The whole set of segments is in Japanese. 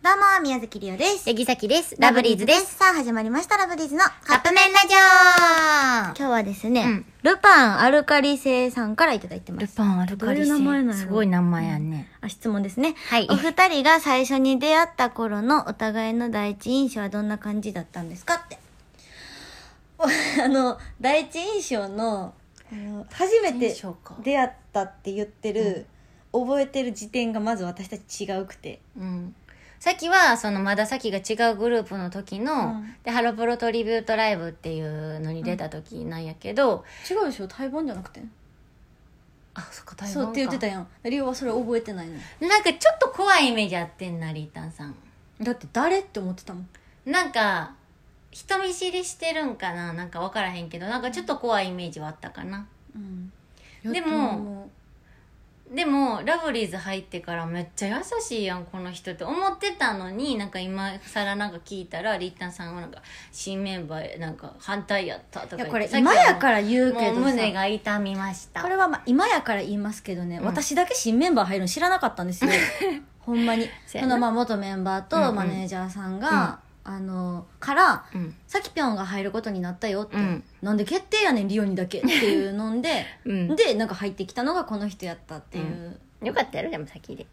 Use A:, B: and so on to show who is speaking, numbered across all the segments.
A: どうも、宮崎りおです。
B: ヤギサキです。ラブリーズです。。
A: さあ、始まりました、ラブリーズのカ
B: カ
A: ッ
B: ッ
A: プ
B: プ
A: 麺
B: 麺ラジオ
A: 今日はですね、
B: うん
A: ルパンアルカリ性さんからいただいてます。
B: ルパンアルカリ
A: どういう名前なんや
B: 性。
A: ろ
B: すごい名前やね。
A: あ、質問ですね。
B: はい
A: お二人が最初に出会った頃のお互いの第一印象はどんな感じだったんですかって。 おあの、第一印象の、あの初めて
B: 印象か
A: 出会ったって言ってる、覚えてる時点がまず私たち違うくて。
B: うん。さきは、そのまださきが違うグループの時の、
A: うん
B: で、ハロプロトリビュートライブっていうのに出た時なんやけど、
A: 違うでしょ台本じゃなくて。
B: あ、そっか、台
A: そ
B: 湾
A: う
B: か
A: って言ってたやん。りおはそれ覚えてないの。
B: なんかちょっと怖いイメージあってんな、リータンさん。
A: だって誰って思ってたもん。
B: なんか、人見知りしてるんかななんかわからへんけど、なんかちょっと怖いイメージはあったかな。
A: うん。
B: でもでもラブリーズ入ってからめっちゃ優しいやんこの人って思ってたのになんか今更なんか聞いたらりったんさんはなんか新メンバーなんか反対やったとか
A: いや
B: 言って
A: これ
B: さっきは
A: 今やから言うけど
B: も
A: さ
B: う胸が痛みました
A: これはまあ今やから言いますけどね、
B: うん
A: 私だけ新メンバー入るの知らなかったんです よほんまに
B: そ
A: そう
B: やな
A: のまあ元メンバー
B: うんう
A: と
B: ん
A: マネージャーさんが、あのから
B: うん
A: さきぴょんが入ることになったよって、
B: うん
A: なんで決定やねんリオにだけっていうのん で
B: うん
A: でなんか入ってきたのがこの人やったっていう、
B: よかったやろでも先で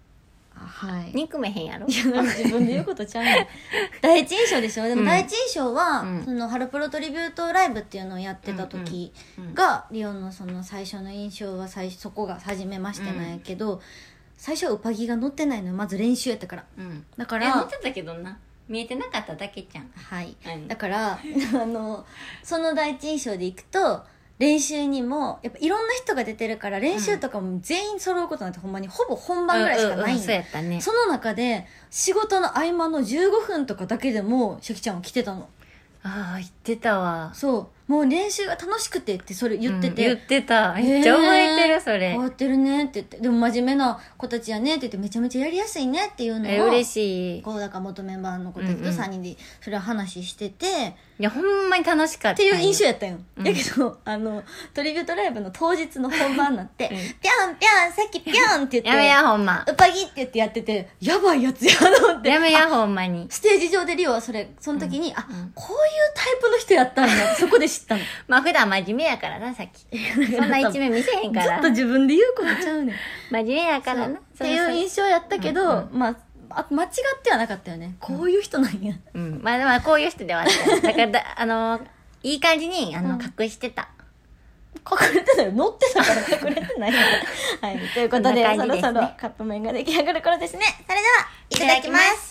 A: あはい
B: 憎めへんやろ
A: いやなんか自 分で言うことちゃうねん第一印象でしょでも
B: うん
A: 第一印象は、
B: うん
A: そのハロプロトリビュートライブっていうのをやってた時が、リオンのその最初の印象は最初そこが初めましてなんやけど、最初はウパギが乗ってないのよまず練習やったから
B: うん
A: だ
B: あ
A: か
B: れ見
A: ら
B: てたけどな見えてなかっただけじゃん
A: はい
B: うん
A: だから あのその第一印象でいくと練習にもやっぱいろんな人が出てるから練習とかも全員揃うことなんてほんまにほぼ本番ぐらいしかないんよ、
B: うんうんうんそうやったね
A: その中で仕事の合間の15分とかだけでもシャキちゃんは来てたの
B: ああ言ってたわ
A: そうもう練習が楽しくてってそれ言って
B: う
A: て、
B: ん言ってためっちゃ覚えてるそれ
A: 変わってるねって言ってでも真面目な子たちやねって言ってめちゃめちゃやりやすいねっていうの
B: え
A: を
B: 嬉しい
A: こうだから元メンバーの子たちと
B: うんうん
A: 3人でそれを話してて、
B: いやほんまに楽しかった
A: っていう印象
B: や
A: やったよ、
B: うん
A: やけどあのトリビュートライブの当日の本番になって「
B: う
A: ぴょ
B: ん
A: んぴょんさっきぴょん」って言って
B: やめやほんま
A: うぱぎ」って言ってやっててやばいやつやと思って
B: やめやほんまに
A: ステージ上でリオはそれその時に、あ
B: うん
A: こういうタイプの人やったんだってそこで知ったの
B: まあ普段真面目やからなさっ き そんな一面見せへんか
A: ずっ
B: ら
A: と自分で言うことちゃうねん
B: 真面目やか
A: そ
B: ら
A: う
B: な
A: っていう印象やったけど、
B: うん
A: まああ間違ってはなかったよねこういう人なんや、
B: うんまあまあこういう人ではあったよだからだあのーいい感じにあの、
A: うん
B: 隠してた
A: 隠れてないよ乗ってたから隠れ てないよはいということで
B: こん
A: そ
B: な感
A: ろ
B: じですね
A: そろカップ麺が出来上がる頃ですねそれではいただきます